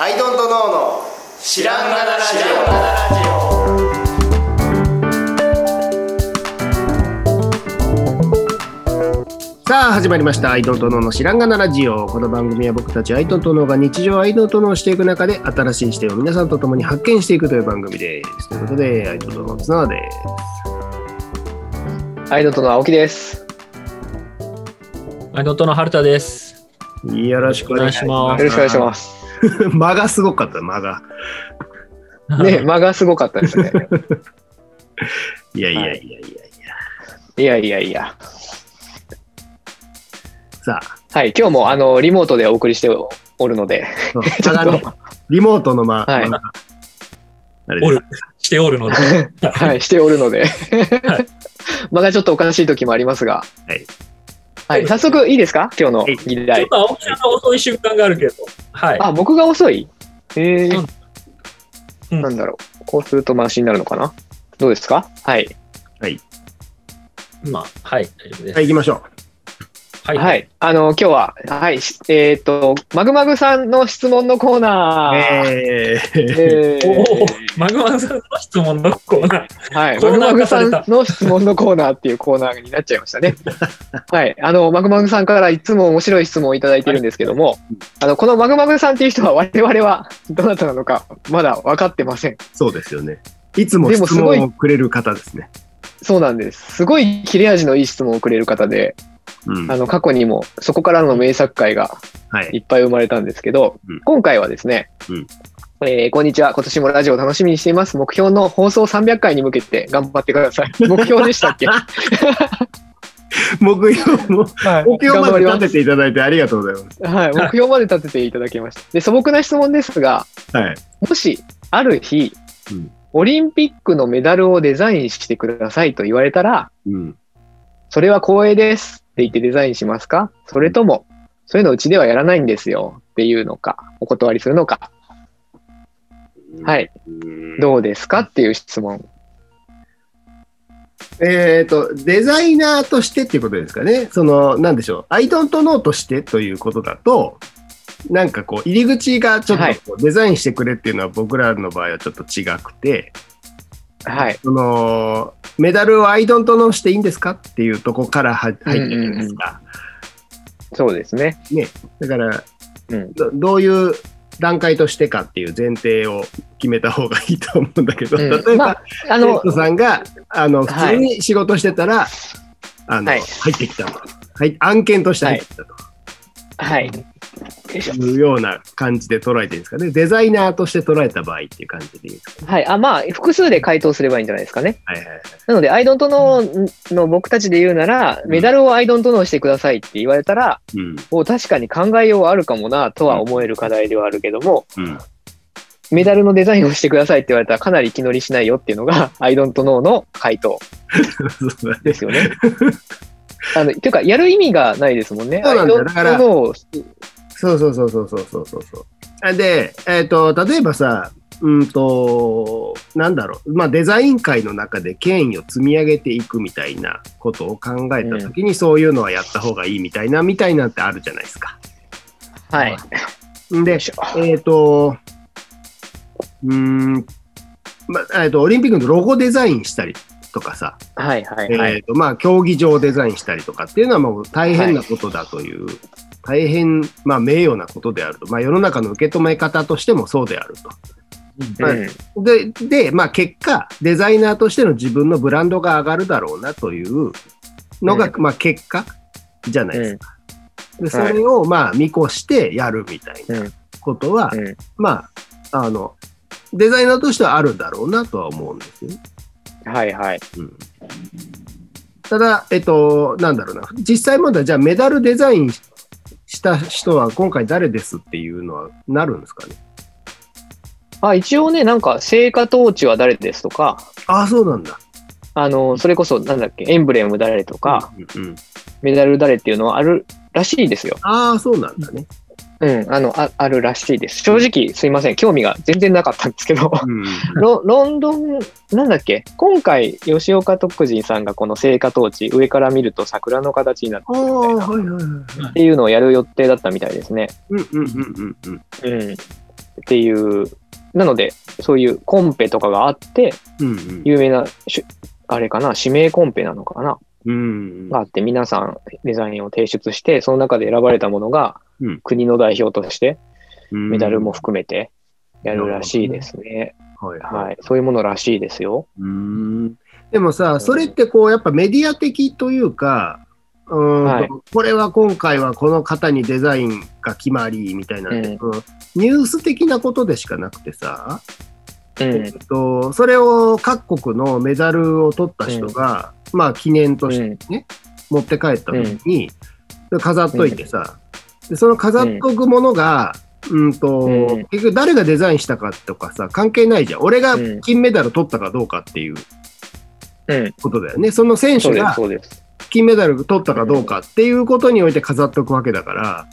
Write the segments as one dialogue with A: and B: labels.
A: アイドントノーの知らんがなラジ
B: さあ始まりました「アイドントノーの知らんがなラジオ」この番組は僕たちアイドントノーが日常アイドントノーしていく中で新しい視点を皆さんと共に発見していくという番組ですということでアイドントノーの綱田で
C: アイドントの青木です。
D: アイドントの春田です。
B: すよろしくお願いし
D: お
B: ま
C: よ
B: す
C: ろしくお願いし
B: ま
C: ます。
B: す間がすごかった間が
C: ね、間がすごかったで すね。
B: いやいやいやや
C: はい
B: いや、
C: いやいやいや。
B: さあ
C: はい、今日もあのリモートでお送りしておるので、
B: そう
C: ちょっ
B: 間がね
C: と、
B: リモートの間、
C: はい
B: 間があれで
D: お
B: す
D: る、しておるので。
C: はい、しておるので、
D: い
C: 間がちょっとおかしい時もありますが、
B: はい
C: はい、早速いいですか、今日の
B: はい
C: 議
D: ちょっ
C: 題。
D: と青木さんが遅い瞬間があるけど。はい。
C: あ、僕が遅いえー
D: うん
C: なんだろう、こうするとマシになるのかなどうですかはい、
D: まあ、はい、大丈夫で
B: はい行きましょ
D: す。は
C: はい、あの、今日は、はい、しえーっと、マグマグさんの質問のコー
B: う
C: ナー。
B: えー
C: えー
D: おお、マグマグさんの質問のコーナー。
C: はい、
D: コ
C: マ
D: ー
C: グ
D: ナ
C: マ
D: ー
C: グ
D: 化さ
C: さ
D: れ
C: ん
D: た
C: の質問のコーナーっていうコーナーになっちゃいました ね。はい、あのマグマグさんからいつも面白い質問をいただいてるんですけども、あのこのマグマグさんっていう人は我々はどなたなのかまだ分かってません。
B: そうですよねいつも
C: でも
B: 質
C: すごい
B: 問をくれる方ですね
C: そうなんです。すごい切れ味のいい質問をくれる方で、
B: うん
C: あ
B: は
C: の過去にもそこからの名作会がい
B: い
C: っぱい生まれたんですけど、
B: うん
C: 今回はですね、
B: うん
C: えーこんにちは。今年もラジオを楽しみにしています。目標の放送300回に向けて頑張ってく ださい。目標でしたっけ、
B: 目標も
C: はい
B: 目標ま で
C: 頑張ります
B: 立てていただいてありがとうございます
C: はい、目標まで立てていただきました。で、素朴な質問ですが、
B: はい
C: もし、ある日、
B: うん
C: オリンピックのメダルをデザインしてくださいと言われたら、
B: うん
C: それは光栄ですって言ってデザインしますかそれとも、そういうのうちではやらないんですよっていうのか、お断りするのか、はい、どうですかっていう質問。
B: えっ、と、デザイナーとしてっていうことですかね。その、なんでしょう。アイドントノーとしてということだと、なんかこう、入り口がちょっと
C: はい
B: こうデザインしてくれっていうのは僕らの場合はちょっと違くて、
C: はい。
B: その、メダルをアイドントノーしていいんですかっていうとこからは入ってるんですか。
C: そうですね。
B: だから、
C: うん
B: ど、どういう段階としてかっていう前提を決めた方がいいと思うんだけど、
C: うん
B: 例えば、
C: まあ、あ
B: あの
C: の
B: 生、徒さんがあの普
C: は
B: 通
C: い
B: に仕事してたら、あの
C: はい
B: 入ってきたと、はい、案件として入ってきたと
C: はい。
B: いうような感じで捉えていいんですかね、デザイナーとして捉えた場合っていう感じでいいんですか、
C: はい。あ、まあ、複数で回答すればいいんじゃないですかね。
B: はいはいはい、
C: なので、アイドントノーの僕たちで言うなら、
B: ん
C: メダルをアイドントノーしてくださいって言われたら、
B: うん
C: もう確かに考えようはあるかもなとは思える課題ではあるけども、
B: うん
C: メダルのデザインをしてくださいって言われたらかなり気乗りしないよっていうのが、 アイドントノーの回答
B: そうだね
C: です よね。あの、というか、やる意味がないですもんね。
B: そうなんだよだから
C: アイドントノー
B: そうそうそうそうそうそうそうそうあで、えっと例えばさうんとなんだろう、まあ、デザイン界の中で権威を積み上げていくみたいなことを考えた時に、そういうのはやった方がいいみたいなみたいなんってあるじゃないですか。
C: はい。
B: で
C: よいしょ
B: えっ、と、うーん、ま、えっ、と、オリンピックのロゴデザインしたりとかさ、
C: はいはいは
B: えっ、
C: い。
B: と、まあ、競技場デザインしたりとかっていうのはもう大変なことだという、大変、まあ、名誉なことであると。まあ、世の中の受け止め方としてもそうである
D: うん
B: はい
C: うん
B: と。で、で、まあ、結果、デザイナーとしての自分のブランドが上がるだろうなというのが、まあ、結果じゃないですか。で、それを、まあ、見越してやるみたいなことは、
C: うん
B: まあ、あの、デザイナーとしてはあるだろうなとは思うんですよね。
C: はいはい。
B: うんただ、えっと、なんだろうな、実際問題、じゃあメダルデザインした人は今回誰ですっていうのはなるんですかね。
C: あ、一応ね、なんか、成果統治は誰ですとか、
B: ああ、そうなんだ。
C: あの、それこそ、なんだっけ、エンブレム誰とか、
B: うんうん
C: メダル誰っていうのはあるらしいですよ。
B: ああ、そうなんだね。
C: うん、あの、ああるらしいです。正直、すいません。興味が全然なかったんですけど、
B: うん
C: ロロンドン、なんだっけ今回、吉岡徳人さんがこの聖火トーチ、上から見ると桜の形になって
B: あ
C: る
B: あ、
C: みたいな、っ
B: はいはいはい。
C: ていうのをやる予定だったみたいですね。
B: うんうんうんうんうん。
C: うん。っていう、なので、そういうコンペとかがあって、
B: うん
C: 有名なしゅ、あれかな、指名コンペなのかな、
B: うん。うん。
C: があって、皆さんデザインを提出して、その中で選ばれたものが
B: うん、
C: 国の代表として、
B: うん
C: メダルも。含めて、やるらしいですね。
B: はいはい。
C: はい。そういうものらしいですよ。
B: うーんでもさ、それってこう、やっぱメディア的というか、うーんと
C: はい
B: これは今回はこの方にデザインが決まりみたいな、
C: うん
B: うんニュース的なことでしかなくてさ、
C: うん
B: えっ。と、それを各国のメダルを取った人が、まあ記念としてね、持って帰った時に、飾っといてさ、でその飾っとくものが、うんと
C: うん
B: 結局誰がデザインしたかとかさ関係ないじゃん俺が
C: うん
B: 金メダル取ったかどうかっていう
C: うん。
B: ことだよね。その選
C: そ
B: 手
C: うです、
B: が
C: そうです。
B: 金メダル取ったかどうかっていうことにおいて飾っておくわけだから、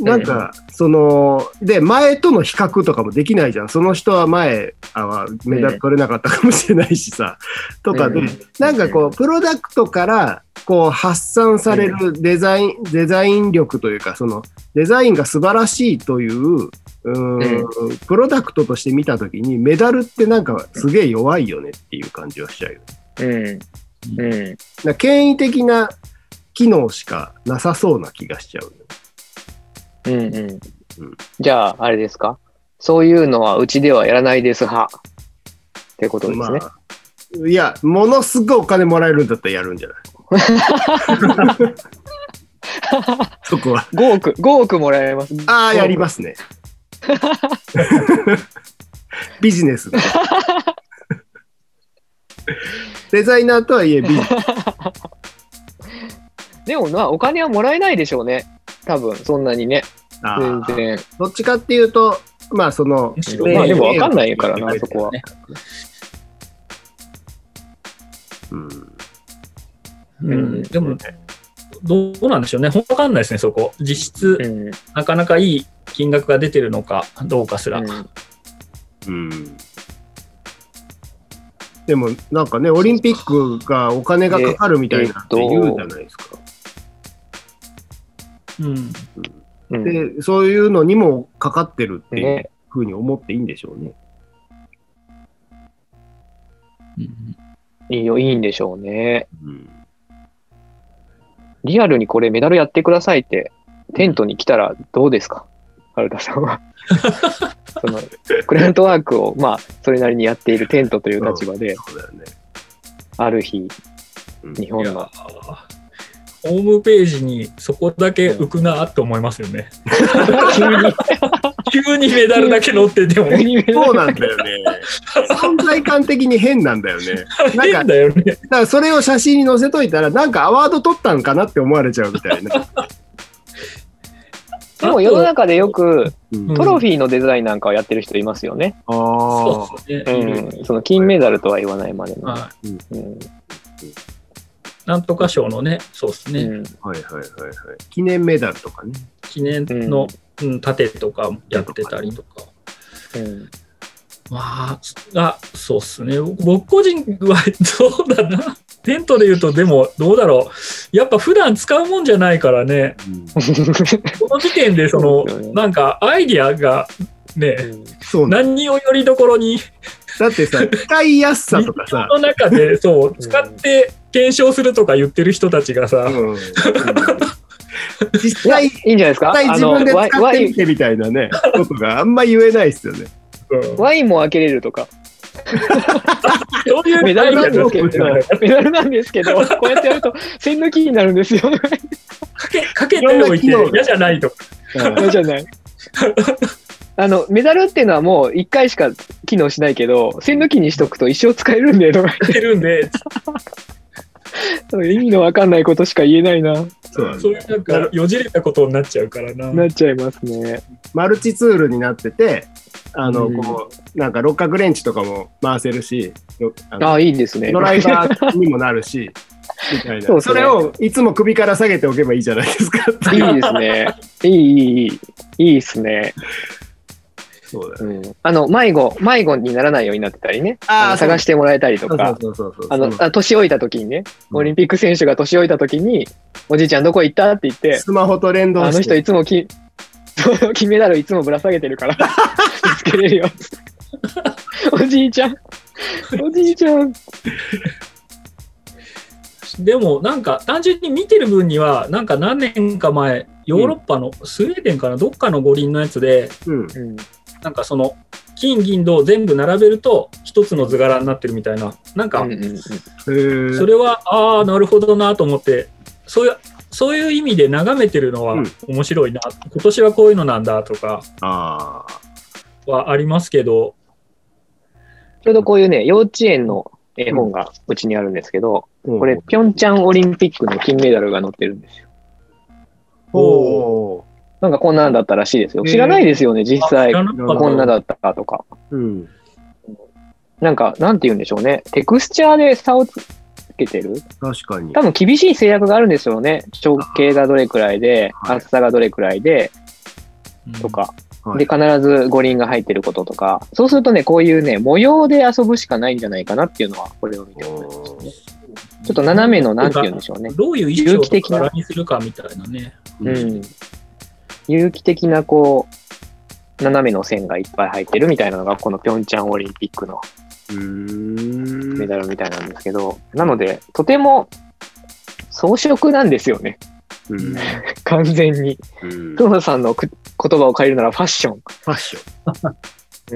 B: なんか、その、で、前との比較とかもできないじゃん。その人は前、あはメダル取れなかったかもしれないし さ、とかで
C: うん、
B: なんかこう、プロダクトから、こう、発散されるデザイン、デザイン力というか、その、デザインが素晴らしいという、うーん、プロダクトとして見たときに、メダルってなんかすげえ弱いよねっていう感じはしちゃうよね
C: うん。うん。
B: だから権威的な機能しかなさそうな気がしちゃうよ。
C: うんうん
B: うん。
C: じゃあ、あれですかそういうのはうちではやらないです派。ってことですね。
B: まあ、いや、ものすごいお金もらえるんだったらやるんじゃない そこは。
C: 5億、5億もらえます。
B: ああ、やりますね。ビジネス だ。デザイナーとはいえビジネ ス。
C: でもな、お金はもらえないでしょうね。多分、そんなにね。
B: あ
C: 全
B: ー
C: 然。
B: どっちかっていうと、まあその
D: むし、ろ
C: まあ
D: ね
C: でも分かんないからな、そこは。
B: うん
D: う
C: うん
D: ん、でも、どうなんでしょうね。わかんないですね、そこ。実質、
C: うん。
D: なかなかいい金額が出てるのかどうかすら。
C: うん
B: うんでもなんかね、オリンピックがお金がかかるみたいなって言うじゃないですか。
D: うん
C: うん。
B: で、そういうのにもかかってるっていう
C: ね
B: ふうに思っていいんでしょうね。
D: うん
C: いいよ、いいんでしょうね。
B: うん
C: リアルにこれメダルやってくださいって、テントに来たらどうですか春田さんは。その、クライアントワークを、まあ、それなりにやっているテントという立場で、
B: そうだよね。
C: ある日、
B: うん
C: 日
D: い
C: 本
D: や
C: の。
D: ホームページにそこだけ浮くなと思いますよね。
C: 急に、
D: 急にメダルだけ乗ってても
C: 急にメダル
B: そうなんだよね。存在感的に変なんだよね。なんか、
D: 変だよね。
B: だからそれを写真に載せといたら、なんかアワード取ったんかなって思われちゃうみたいな。
C: でも世の中でよく、
B: うん
D: うん
C: トロフィーのデザインなんかをやってる人いますよね。
B: あ
D: そ
B: あ
D: う。です
C: う
D: ね。
C: ん。その金メダルとは言わないまでの。
D: は
C: うん。
D: い、なんとか賞のね、そうですね、
C: うん
B: はいはいはいはい。記念メダルとかね。
D: 記念の、うん、盾とかやってたりとか。
C: うん。
D: まあ、あ、そうっすね。僕個人はどうだな。 テントで言うと、でも、どうだろう。やっぱ普段使うもんじゃないからね。この時点で、そ
C: そう
D: の、
C: ですよね
D: なんかアイディアが、ね、
B: そうなん
D: 何をよりどころに、
B: だって さ、使いやすさ
D: 日
B: とか
D: 常
B: さ。
D: の中で、そう、使って検証するとか言ってる人たちがさ、
B: うん
C: い
B: 実
C: や、
B: 際、
C: い
B: 実
C: いんじゃないですか
B: 際
C: あ
B: 自
C: の
B: 分で
C: ワイ
B: 使っ
C: ワ
B: て
C: イ
B: みてみたいなね、ことがあんま言えないですよね。
D: うん
C: ワインも開けれるとか、
D: そういう
C: メダルなんですけ
B: メダ
C: ど、メダルなんですけど、こうやってやると、線のキーになるんですよ。
D: かけかけておいて
B: いろんな機能が
D: 嫌じゃないとか。
C: そうじゃない。あの、メダルっていうのはもう1回しか機能しないけど、線のキーにしとくと一生使えるんで、とか
D: やってるんで、
C: 意味のわかんないことしか言えないな、
B: そうなんです
D: そういうなんか、よじれたことになっちゃうからな。
C: なっちゃいますね。
B: マルチツールになってて、あの、
C: うん
B: こう、なんか六角レンチとかも回せるし、よあの
C: ああ、いいですね。
B: ドライバーにもなるし、みたいな。
C: そう
B: そ
C: ですね
B: れをいつも首から下げておけばいいじゃないですかっていう。
C: いいですね。いい、いい、いい。いいですね。
B: そうだよ。
C: うん。あの、迷子、迷子にならないようになってたりね。
B: あー
C: あの探してもらえたりと
B: そう
C: か。
B: そうそうそう。
C: あの、あ年老いた時にね、
B: うん
C: オリンピック選手が年老いた時に、おじいちゃんどこ行ったって言って、
B: スマホと連動
C: あの
B: し
C: 人
B: て。
C: いつもき、 その金メダルいつもぶら下げてるから、見つけれるよ。おじいちゃん、おじいちゃん。
D: でもなんか単純に見てる分にはなんか何年か前ヨーロッパのスウェーデンかなどっかの五輪のやつで
B: うん。
C: うん、
D: なんかその金銀銅全部並べると一つの図柄になってるみたいななんか
C: うんうんうん
B: へー
D: それはああなるほどなと思ってそういうそういう意味で眺めてるのは
B: うん
D: 面白いな、今年はこういうのなんだとか
B: ああ。
D: はありますけど
C: ちょうどこういうね、幼稚園の絵本がうちにあるんですけど、
B: こ
C: これ、ピョンチャンオリンピックの金メダルが載ってるんですよ。
B: おー
C: なんかこんなんだったらしいですよ。
B: へー
C: 知らないですよね、実
D: あ
C: 際
D: 知。らなか
C: こんな
D: った
C: だったとか。
B: うん。
C: なんか、なんて言うんでしょうね。テクスチャーで差をつけてる
B: 確かに
C: 多。分厳しい制約があるんですよね。直径がどれくらいで、
B: はい
C: 厚さがどれくらいで、とか。
B: はい
C: で、必ず五輪が入ってることとか。そうするとね、こういうね、模様で遊ぶしかないんじゃないかなっていうのは、これを見て思います。
B: おー
C: ちょっと斜めの、なんて言うんでしょうね。
D: どういう衣装
C: 有機
D: と
C: 的な
D: か柄にするかみたいなね。
B: う
C: うんん。有機的な、こう、斜めの線がいっぱい入ってるみたいなのが、このピョンチャンオリンピックの
B: うーん
C: メダルみたいなんですけど、なので、とても装飾なんですよね。
B: うん
C: 完全に。
B: うんフ
C: 黒田さんのく言葉を借りるならファッション。
B: ァッショ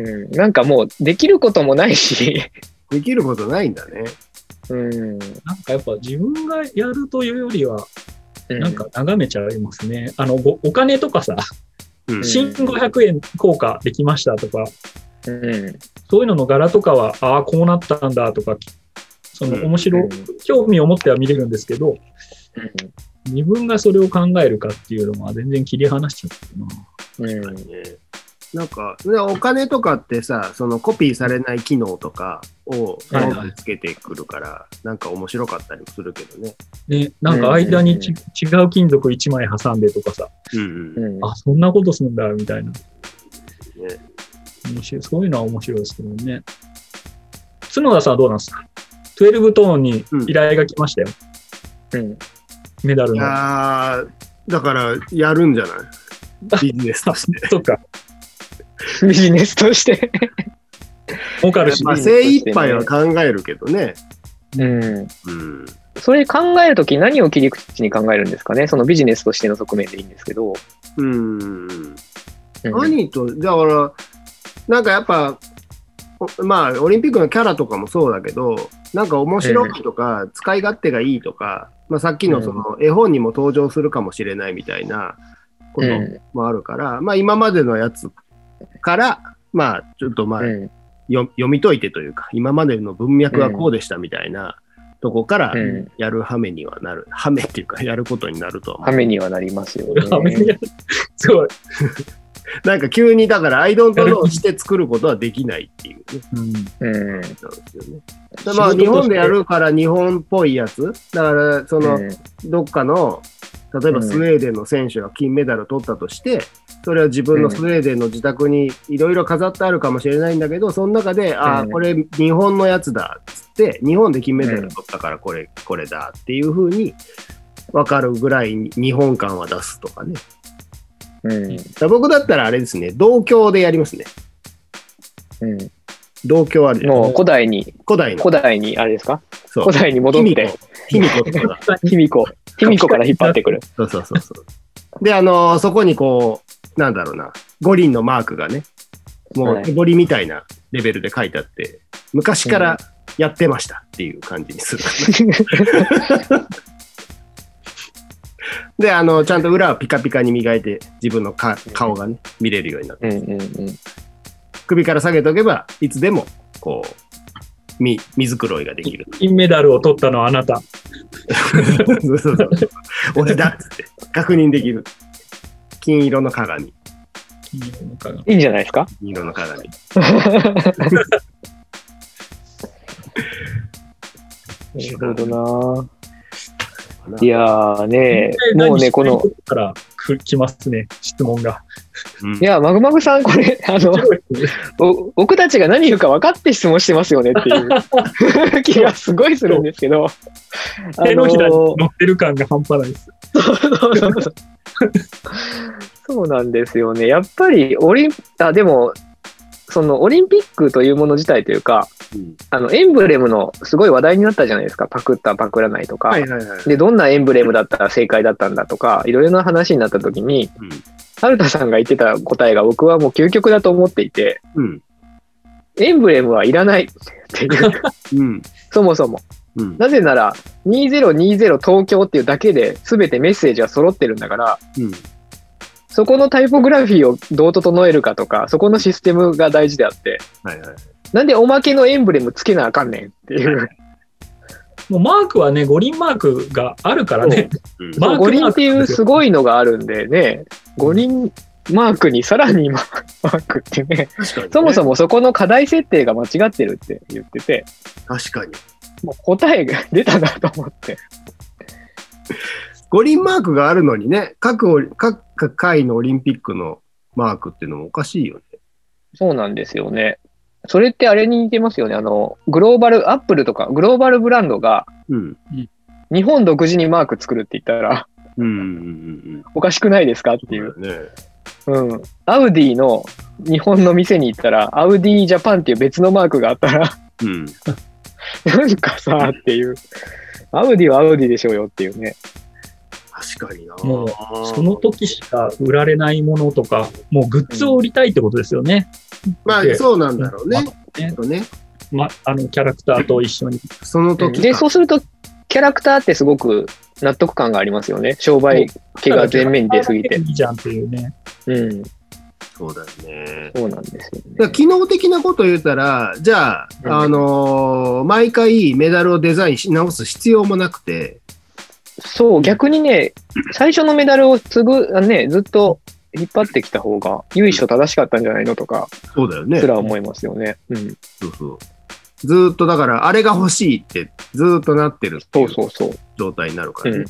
B: ン。
C: うん、なんかもう、できることもないし、
B: できることないんだね。
C: うん。
D: なんかやっぱ自分がやるというよりは、なんか眺めちゃいますね。あの、ごお金とかさ、
B: うん
D: 新500円効果できましたとか、
C: うん、うん。
D: そういうのの柄とかは、ああ、こうなったんだとか、その
B: うん
D: 面白、
C: うん
D: 興味を持っては見れるんですけど、
C: う
D: 自分がそれを考えるかっていうのは全然切り離しちゃってるな。
C: ん。うん。
B: なんか、でお金とかってさ、そのコピーされない機能とかを
D: はいはい
B: どんどんつけてくるから、なんか面白かったりもするけどね。
D: ね、なんか間にち、
C: うん
D: 違う金属1枚挟んでとかさ、
B: うん
C: う
B: うん
C: ん。
D: あ、そんなことするんだ、みたいな。
B: ね
D: 面白い。そういうのは面白いですけどね。角田さんはどうなんですか ?12 トーンに依頼が来ましたよ。
C: うん
D: メダル
B: い
D: の。
B: やーだから、やるんじゃないビジネスとして。
D: そっか。
C: ビジネスとして。
D: 儲かるし。
B: まあ、
C: ビジネス
B: 精
C: とし
B: 一
C: てね
B: 杯は考えるけどね。
C: うん。
B: うん。
C: それ考えるとき何を切り口に考えるんですかねそのビジネスとしての側面でいいんですけど。
B: うん。
C: うん
B: 何と、だから、なんかやっぱ、おまあ、オリンピックのキャラとかもそうだけど、なんか面白いとか、使い勝手がいいとか、まあ、さっきのその絵本にも登場するかもしれないみたいなこ
C: う
B: と
C: ん。
B: もあるから、まあ、今までのやつから、まあ、ちょっとまあ、
C: うん。
B: よ読み解いてというか、今までの文脈はこうでしたみたいなとこから
C: うん
B: やるはめにはなる、はめっていうか、やることになるとは
C: は
B: 思う。
C: めにはなりますよ
D: いやめっち
C: ね。
D: ゃすごい。
B: なんか急に、だから、アイドントローして作ることはできないっていうね。
D: うん。
C: う
B: なん
C: ん。
B: ですよね。でまあ、
D: 仕事として
B: 日本でやるから日本っぽいやつ、だから、その、
C: うん
B: どっかの、例えば
C: うん
B: スウェーデンの選手が金メダルを取ったとして、それは自分のスウェーデンの自宅にいろいろ飾ってあるかもしれないんだけど、その中で、ああ、
C: うん
B: これ日本のやつだっつって、日本で金メダル取ったからこれ、これだっていうふうに分かるぐらいに日本感は出すとかね。だか
C: うん。
B: ら僕だったらあれですね、同郷でやりますね。
C: うん。
B: 同郷あるじゃん。
C: もう古代に、
B: 古代の
C: 古。代に、あれですか
B: そう
C: 古代に戻って、
B: 卑弥呼とかが。
C: 卑弥呼、卑弥呼から引っ張ってくる。
B: そうそうそうそう。で、あのーそこにこう、なんだろうな、五輪のマークがね、も
C: は
B: う
C: い
B: 手彫りみたいなレベルで書いてあって、昔からやってましたっていう感じにするか な。で、あの、ちゃんと裏はピカピカに磨いて、自分のか顔がね、見れるようになる。
C: うんうんうん。
B: 首から下げておけば、いつでも、こう、み水黒いがで きる。
D: 金メダルを取ったのはあなた。
B: そうそうそう俺だっつって、確認できる。金色の鏡、
D: 金メダルのかが
C: いいんじゃないですか
B: 金色の鏡。
C: なるほどなぁいやーね、もうね、この、
D: からふきますね、質問が。
C: いや、マグマグさん、これ、 あの、お僕たちが何言うか分かって質問してますよねって いう気がすごいするんですけど、あ
D: 手のひらに
C: の
D: 乗ってる感が半端ないです。
C: そうなんですよね。やっぱりオリン、あ、でも、そのオリンピックというもの自体というか、
B: うん
C: あのエンブレムのすごい話題になったじゃないですか。パクった、パクらないとか。
B: はいはいはい。
C: で、どんなエンブレムだったら正解だったんだとか、いろいろな話になった時に、
B: うん
C: 春田さんが言ってた答えが僕はもう究極だと思っていて、
B: うん。
C: エンブレムはいら ないっていう、
B: うん。
C: そもそも。
B: うん。
C: なぜなら、2020東京っていうだけで全てメッセージは揃ってるんだから、
B: うん。
C: そこのタイポグラフィーをどう整えるかとか、そこのシステムが大事であって、
B: はいはい。
C: なんでおまけのエンブレムつけなあかんねんっていう。
D: もうマークはね、五輪マークがあるからね、
B: うん
D: マーク
C: 五輪っていうすごいのがあるんでね、五輪マークにさらにマークってね、
B: 確かにね。
C: そもそもそこの課題設定が間違ってるって言ってて、
B: 確かに。
C: もう答えが出たなと思って。
B: 五輪マークがあるのにね、各オリ、各回のオリンピックのマークっていうのもおかしいよね。
C: そうなんですよね。それってあれに似てますよね。あの、グローバル、アップルとか、グローバルブランドが
B: うん。
C: 日本独自にマーク作るって言ったら、
B: うんうん
C: おかしくないですかって
B: うん
C: いうう。
B: ん。ね。
C: うん。アウディの日本の店に行ったら、アウディジャパンっていう別のマークがあったら、
B: うん。
C: なんかさ、っていう。アウディはアウディでしょうよっていうね。
B: 確かにな。
D: もうその時しか売られないものとか、もうグッズを売りたいってことですよね。
B: まあ
D: で
B: そうなんだろうね。
D: ね
B: きっとね。
D: ま、あのキャラクターと一緒に。
B: その時
C: で、そうすると、キャラクターってすごく納得感がありますよね。商売気が前面に出すぎて
D: い。いじゃんっていうね。
C: うん。
B: そうだよね。
C: そうなんで
B: だ
C: すよ
B: から
C: ね。
B: 機能的なこと言うたら、じゃあ、
C: うん
B: あのー毎回メダルをデザインし直す必要もなくて、
C: そう、逆にね、最初のメダルを継ぐ、あね、ずっと引っ張ってきた方が、由緒正しかったんじゃないのとか、
B: そうだよね。
C: すら思いますよね。うん。
B: そうそう。ずーっとだから、あれが欲しいって、ずーっとなってるってい
C: そううそうそう。
B: 状態になるか
C: う
B: らね
C: ん。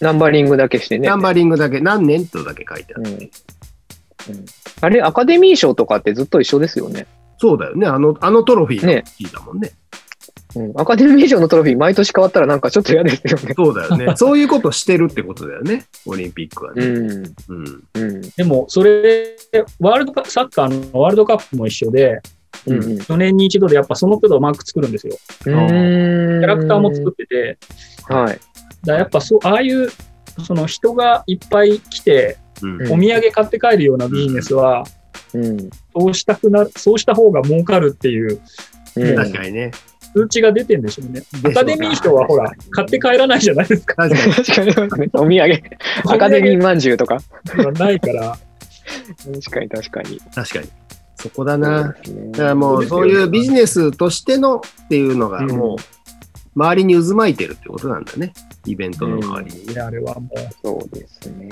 C: ナンバリングだけしてね。
B: ナンバリングだけ、何年とだけ書いてある。
C: うんうんあれ、アカデミー賞とかってずっと一緒ですよね。
B: そうだよね。あの、あのトロフィーが
C: ね
B: 欲しいだもんね。
C: うん、アカデミー賞のトロフィー、毎年変わったらなんかちょっと嫌ですよね。
B: そうだよね。 そういうことしてるってことだよね。オリンピックは
C: う
B: ね。
C: ん。
B: うん。
C: うん。
D: でも、それ、ワールドカップ、サッカーのワールドカップも一緒で、
C: うん。うん。
D: 4年に一度でやっぱその都度マーク作るんですよ。
C: キャ
D: キャラクターも作ってて、
C: はい。
D: だからやっぱそう、ああいう、その人がいっぱい来て、
B: うん。
D: お土産買って帰るようなビジネスは、
C: うん。
D: そうしたくな、そうした方が儲かるっていう
C: うん
B: 確かにね。
D: 通知が出てんでしょうね。
B: ょう
D: アカデミー賞はほら、買って帰らないじゃないですか。
B: 確かに。
C: 確かにそうですね。お土産。アカデミーまんじゅうとか。
D: がないから、
C: 確かに確かに。
B: 確かに。そこだ
C: そう
B: な。
C: ですね
B: だからもう、そういうビジネスとしてのっていうのが、
C: うん
B: もう、周りに渦巻いてるってことなんだね。イベントの周りにね。
D: あれはもう。
C: そうですね。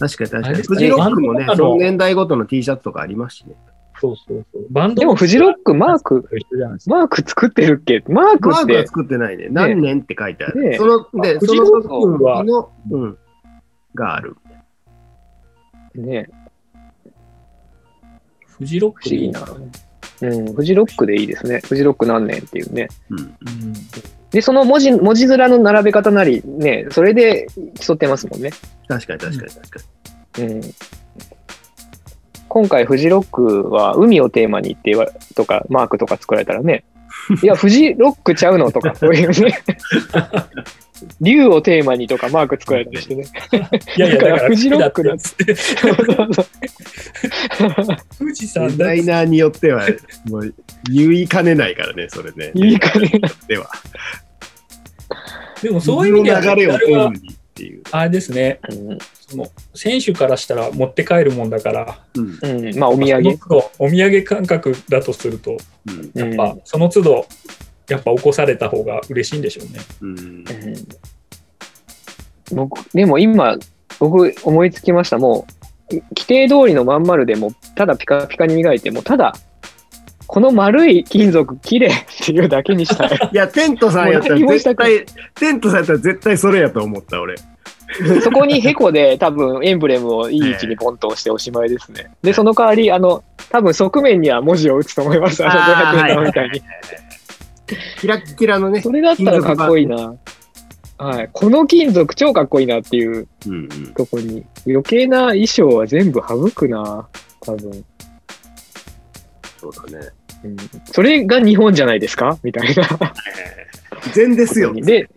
B: 確かに確か
D: あ
B: に。
D: れですね
B: フジロックもね、
D: バ
B: そ
D: ンドとかの
B: の年代ごとの T シャツとかありますしね。
D: そうそうそう。バンド
C: でも、フジロックマー
D: と
C: ク、
D: 一緒じゃないですか。
C: マーク作ってるっけマーク
B: マー
C: っ
B: クは
C: て、
B: 作ってないね。何年って書いてあ
C: ねえ
B: る。その、で、
D: フ
B: そ
D: ジ
B: の
D: ロックは
B: 時の、うん、がある。
C: ね、
D: フジロック
C: 不思議な。うん、フジロックでいいですね。フジロック何年っていうね。
B: うん。
D: うん
C: で、その文字、文字面の並べ方なり、ね、それで競ってますもんね。
B: 確かに確かに確か
C: うん。今回、フジロックは海をテーマにって言わとか、マークとか作られたら ね、いや、フジロックちゃうのとか、そういうね、竜をテーマにとか、マーク作られたり してね。
D: いやいや、
C: だから
D: だから、
C: フジロックだ
D: っつって、
B: に。デザイ
D: 富士山だっつって
B: ナーによっては、もう、言いかねないからね、それね。
C: いいかね。
B: では。
D: でもそういう意味では、
B: 水の流れを
D: メダルは
B: 通るにっていう。
D: あれですね、その選手からしたら持って帰るもんだから、
B: うん。
C: うん、まあ、お土産。
D: その都度お土産感覚だとすると、
B: うん
C: う
D: やっ
C: ん
D: ぱその都度、やっぱ起こされた方が嬉しいんでしょうね。
B: うん。
C: うん僕でも今僕思いつきましたもうい規定通りのまん丸でもうただピカピカに磨いてもうただこの丸い金属綺麗っていうだけにしたい
B: いや、テントさんやったら
C: もう何もした
B: 絶
C: くない
B: 対、テントさんやったら絶対それやと思った、俺。
C: そこにヘコで多分エンブレムをいい位置にポンと押しておしまいですね。で、その代わり、あの、多分側面には文字を打つと思います。あ
B: あー
C: の500円玉みたいに。
B: キラッキラのね。
C: それだったらかっこいいな。はい。この金属超かっこいいなっていう
B: うんうん。
C: とこに。余計な衣装は全部省くな。多分。
B: そうだね。
C: うん、それが日本じゃないですかみたいな。
B: 善ですよ。
C: で、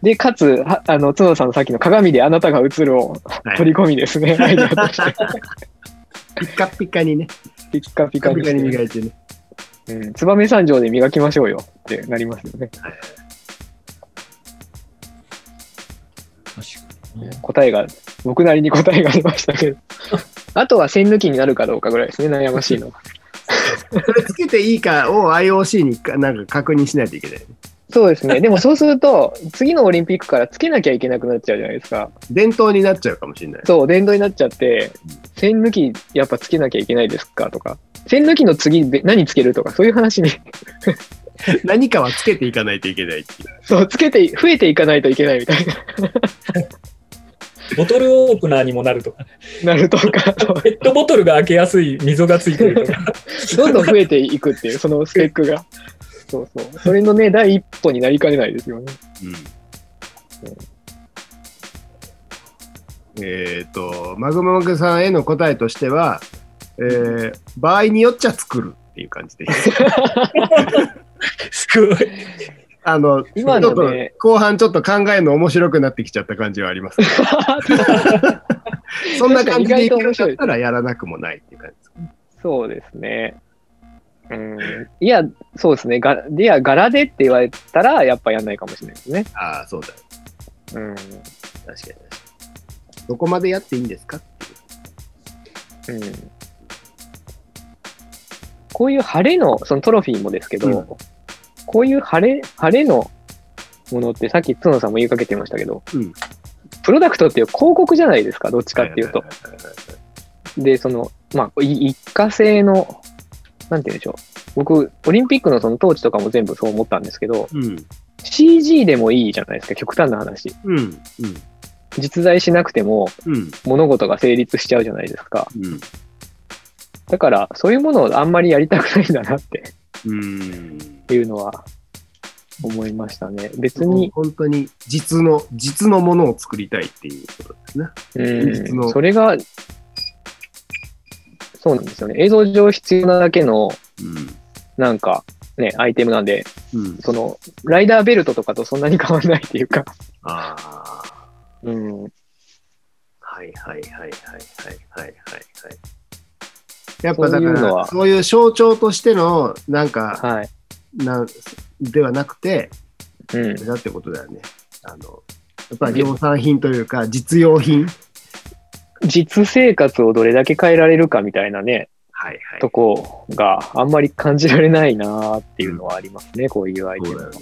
C: で、かつ、はあの、角田さんのさっきの鏡であなたが映るを
B: はい
C: 取り込みです ね。アイデアとして。
B: ピカピカにね。
C: ピッカピ
B: ピカ
C: カ
B: ピ
C: に
B: カに
C: して。
B: 磨いてね。
C: うん。燕三条で磨きましょうよってなりますよね。答えが、僕なりに答えがありました けど。あとは線抜きになるかどうかぐらいですね。悩ましいの は。
B: それつけていいかを IOC にかなんか確認しないといけない。
C: そうですね。でもそうすると、次のオリンピックからつけなきゃいけなくなっちゃうじゃないですか。
B: 伝統になっちゃうかもしれ ない。
C: そう、電動になっちゃって、線抜きやっぱつけなきゃいけないですかとか、線抜きの次べ何つけるとか、そういう話に、
B: 何かはつけていかないといけないっていう。
C: そう、つけて、増えていかないといけないみたいな、
D: ボトルオープナーにもなるとか、
C: なるとか、そう
D: ペットボトルが開けやすい溝がついてるとか。
C: どんどん増えていくっていう、そのスペックが。そうそう。それのね、第一歩になりかねないですよね。
B: えっ、と、マグマグさんへの答えとしては、えー場合によっちゃ作るっていう感 じでいい。
D: すごい。
B: あの、
C: 今
B: ち
C: のね
B: ょっと後半ちょっと考えるの面白くなってきちゃった感じはあ りますけどそんな感じでいけるんだったらやらなくもないっていう感じです。
C: そうですね。うん。いや、そうですね。がいや、柄でって言われたら、やっぱやんないかもしれないですね。
B: ああ、そうだよ。
C: うん。
B: 確かに確かに。どこまでやっていいんですか
C: うんこういう晴れの、そのトロフィーもですけど、
B: うん
C: こういう晴れ、晴れのものってさっき角野さんも言いかけてましたけど、
B: うん
C: プロダクトっていう広告じゃないですか、どっちかっていうと
B: は。いはいはいはい
C: で、その、まあ、い一過性の、なんて言うんでしょう。僕、オリンピックのその当時とかも全部そう思ったんですけど、CG でもいいじゃないですか、極端な話。
B: うん、うん、
C: 実在しなくても
B: うん、うん、
C: 物事が成立しちゃうじゃないですか。
B: うん。
C: だから、そういうものをあんまりやりたくないんだなって
B: うん
C: っていうのは思いましたね。別に、
B: 本当に実の実のものを作りたいっていうことですね。現実
C: う
B: の
C: ん、それが、そうなんですよね。映像上必要なだけの、なんか、ね、アイテムなんで、
B: うん、うん。
C: その、ライダーベルトとかとそんなに変わらないっていうか、
B: ああ、
C: うん、
B: はいはいはいはいはいはいはい。やっ
C: そう
B: ぱ
C: い
B: だか
C: うの
B: ら
C: は
B: そういう象徴としてのなんか
C: はい。
B: なんではなくて
C: うん、
B: だってことだよね。あのやっぱり量産品というか実用品。
C: 実生活をどれだけ変えられるかみたいなね、
B: はいは
C: とこがあんまり感じられないなーっていうのはありますね、こういうアイテ
B: そう
C: ム
B: だ
C: は
B: よ。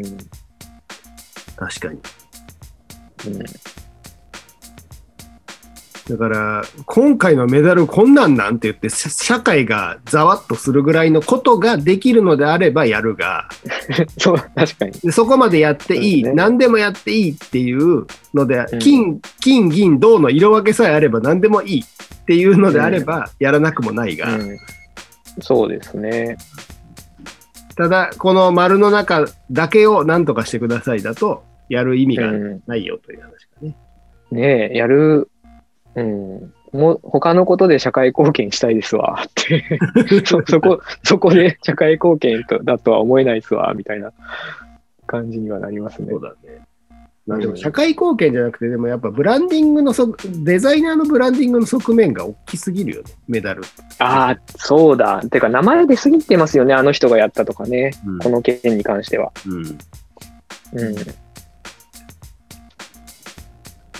B: ね。
C: うん
B: 確かに。
C: うん
B: だから今回のメダルこんなんなんて言ってせ社会がざわっとするぐらいのことができるのであればやるが
C: そう、確かに。
B: でそこまでやってい
C: そうで
B: い、
C: すね
B: 何でもやっていいっていうので、
C: うん
B: 金金銀銅の色分けさえあれば何でもいいっていうのであればやらなくもないが、
C: うん、そうですね。
B: ただこの丸の中だけを何とかしてくださいだとやる意味がないよという話かね。
C: うん、ねえやる、うん、もう他のことで社会貢献したいですわってそそこそこで社会貢献とだとは思えないですわみたいな感じにはなりますね
B: そう。だね。まあでも社会貢献じゃなくて、でもやっぱブランディングの側、デザイナーのブランディングの側面が大きすぎるよね、メダル。
C: ああそうだてか名前出過ぎてますよねあの人がやったとかね
B: うん
C: この件に関しては。うん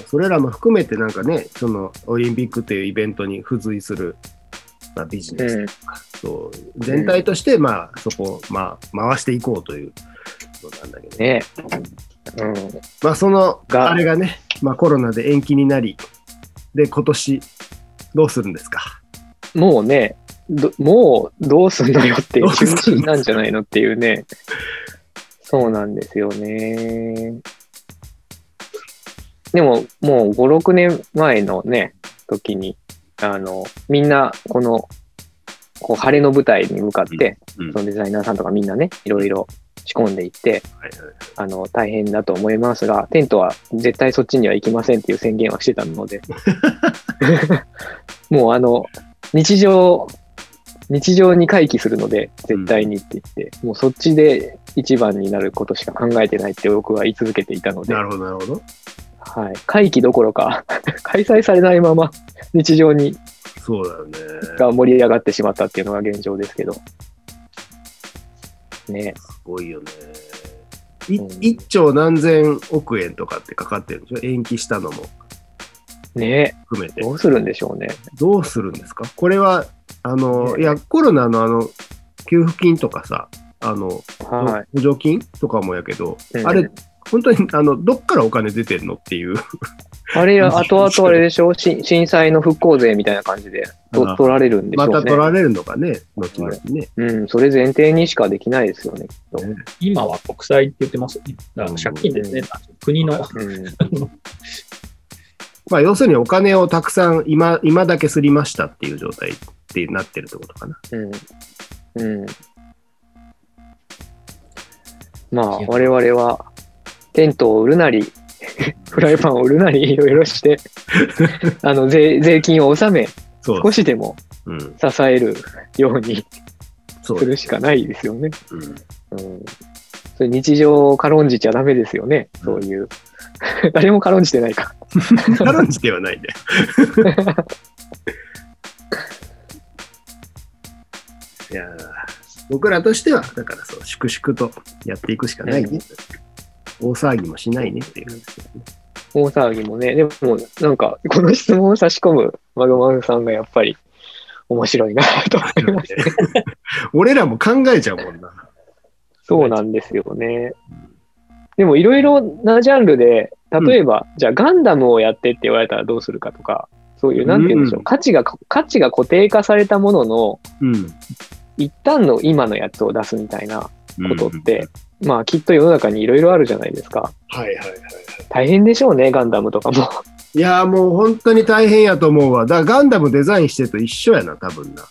B: それらも含めてなんかね、そのオリンピックというイベントに付随する、まあ、ビジネス
C: うん
B: と、全体として、まあそこを、まあ、回していこうということなんだけど、
C: ねえうん
B: まあその、
C: が
B: あれがね、まあコロナで延期になり、で、今年、どうするんですか。
C: もうね、どもうどうすんのよっていう中心なんじゃないのっていうね。そうなんですよね。でも、もう5、6年前のね、時に、あの、みんな、この、こう、晴れの舞台に向かって、
B: うんうん
C: そのデザイナーさんとかみんなね、いろいろ仕込んでいって、
B: はいはい
C: あの、大変だと思いますが、テントは絶対そっちには行きませんっていう宣言はしてた ので、もうあの、日常、日常に回帰するので、絶対にって言って、もうそっちで一番になることしか考えてないって僕は言い続けていたので、
B: な
C: は
B: るほど、なるほど。
C: い、回帰どころか、 開催されないまま日常に
B: そうだよね。
C: が盛り上がってしまったっていうのが現状ですけど。ね
B: すごいよね。い
C: うん
B: 一兆何千億円とかってかかってるんでしょ延期したのも
C: え、ね
B: 含めて
C: え、。どうするんでしょうね。
B: どうするんですかこれは、あの、
C: ね
B: いや、コロナのあの、給付金とかさ、あの、
C: は
B: 補助金とかもやけど、
C: い。
B: あれ、本当に、あの、どっからお金出てんのっていう。
C: あれ、
B: うん
C: あとあとあれでしょし震災の復興税みたいな感じでと
B: あ
C: 取られるんでしょ
B: ま
C: うね。
B: た取られるのかね、後々ね。
C: うん、それ前提にしかできないですよね、きっと。
D: 今は国債って言ってますよね。だから借金ですね。国の。
C: うん、
B: まあ、要するにお金をたくさん今、今だけすりましたっていう状態ってなってるってことかな。
C: うん。うん。まあ、我々は、テントを売るな り、フライパンを売るなり、いろいろ して、あの税、税金を納め、
B: そう
C: 少しでも
B: うん。
C: 支えるように
B: そう
C: するしかないですよね。
B: うん
C: うんそれ日常を軽んじちゃダメですよね、そういう。 誰も軽んじてないか。
B: チャレンジではないんだよ。いやー僕らとしては、だからそう、粛々とやっていくしかないね。大騒ぎもしないねっていう感じですよね。
C: 大騒ぎもね、でもなんか、この質問を差し込むマグマグさんがやっぱり面白いなと思います。
B: 俺らも考えちゃうもんな。
C: そうなんですよね。でもいろいろなジャンルで、例えば、じゃあガンダムをやってって言われたらどうするかとか、そういう、なんて言うんでしょ
B: う
C: う、
B: ん
C: 価値が、価値が固定化されたものの、
B: うん。
C: 一旦の今のやつを出すみたいなことっ
B: うん
C: て、まあきっと世の中にいろいろあるじゃないですか。
B: はいはいはい。
C: 大変でしょうね、ガンダムとか も。
B: いやーもう本当に大変やと思うわ。だからガンダムデザインしてると一緒やな、多分な。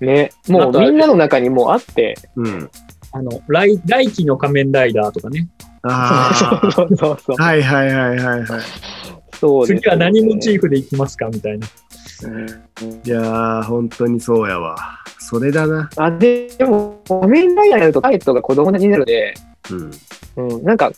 C: ね。も
D: あ
C: う
D: とあれ
C: みんなの中にもうあって、
B: うん。
D: あの来来期の仮面ライダーとか ね。
B: ああ。
C: そうそうそう。
B: はいはいはいはいはい。
C: そうですね
D: 次は何モチーフでいきますかみたいな。
C: うん
B: いやー本当にそうやわ。それだな。
C: あ、でも、仮面ライダーになるとターゲットが子供になるので、
B: うん。
C: うん、なんか、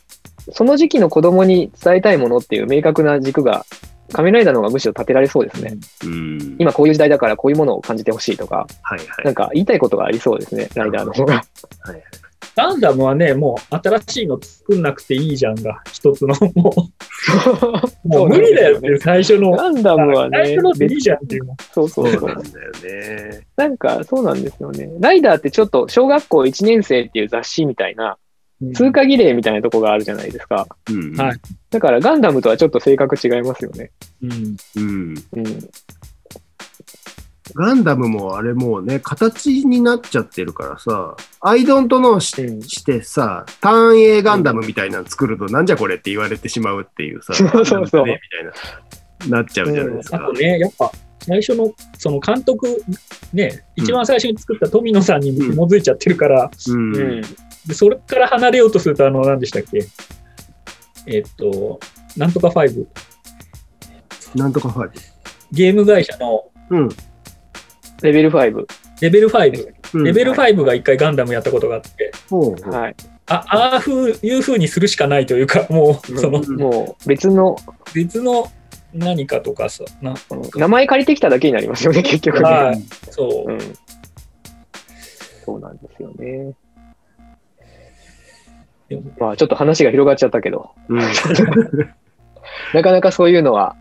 C: その時期の子供に伝えたいものっていう明確な軸が、仮面ライダーの方がむしろ立てられそうですね。
B: うん。
C: 今こういう時代だからこういうものを感じてほしいとか、
B: はいはい
C: な。んか言いたいことがありそうですね、ライダーの方 が。
D: ガンダムはね、もう新しいの作んなくていいじゃんが、一つの、 もう、もう無理だよっていう最初の。
C: ガンダムは
D: 最
C: ね
D: 初の、でい
C: 別
D: いじゃんっていうの。
C: そうそう
B: そう
C: そう
B: な。 んだよね。
C: なんかそうなんですよね。ライダーってちょっと小学校1年生っていう雑誌みたいな、通過儀礼みたいなとこがあるじゃないですか。
B: うん
D: はい
C: だからガンダムとはちょっと性格違いますよね。
D: うん。
B: うん。
C: うん。
B: ガンダムもあれもうね、形になっちゃってるからさ、アイドントノーし
C: うん
B: してさ、単影ガンダムみたいなの作ると、なんじゃこれって言われてしまうっていうさ、
C: そうそうそ
B: なんか
C: う
B: ねみたいな、なっちゃうじゃないです
D: あ
B: か。
D: とね、やっぱ、最初の、その監督、ね、一番最初に作った富野さんに紐づいちゃってるから、
B: うん
C: うん。
D: でそれから離れようとすると、あの、何でしたっけえっと、なんとか5。
B: なんとかファイ
D: ゲーム会社の
B: ブ。うん。
C: レベル5。
D: レベル5。
B: うん
D: レベル5が一回ガンダムやったことがあって、
B: ほうほう
C: はい。
D: あ、ああふう、いう風にするしかないというか、 もう、その、
B: うん
C: もう別の、
D: 別の何かとかさ、な、
C: うん名前借りてきただけになります よね、結局ね。
D: はい、そうう。
C: ん。そうなんですよね。まあちょっと話が広がっちゃったけど、
B: うん。は。
C: なかなかそういうのは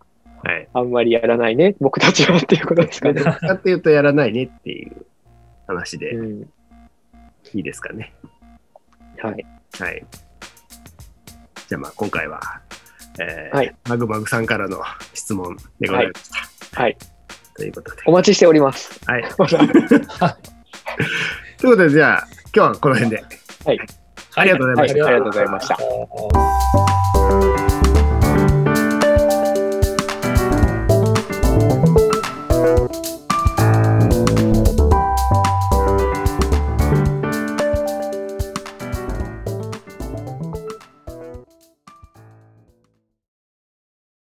C: い あんまりやらないね、僕たちはっていうことです かね。
B: どっちかっていうとやらないねっていう話
C: う
B: で
C: ん。
B: いいですかね。
C: はい。
B: はい。じゃあまあ今回は、えー
C: はい
B: マグマグさんからの質問でございました。
C: はい。
B: ということで。
C: お待ちしており ます。
B: はい。
C: まだ
B: ということでじゃあ今日はこの辺で。
C: はい
B: ありがとうございました
C: はいありがとうございました。
D: た。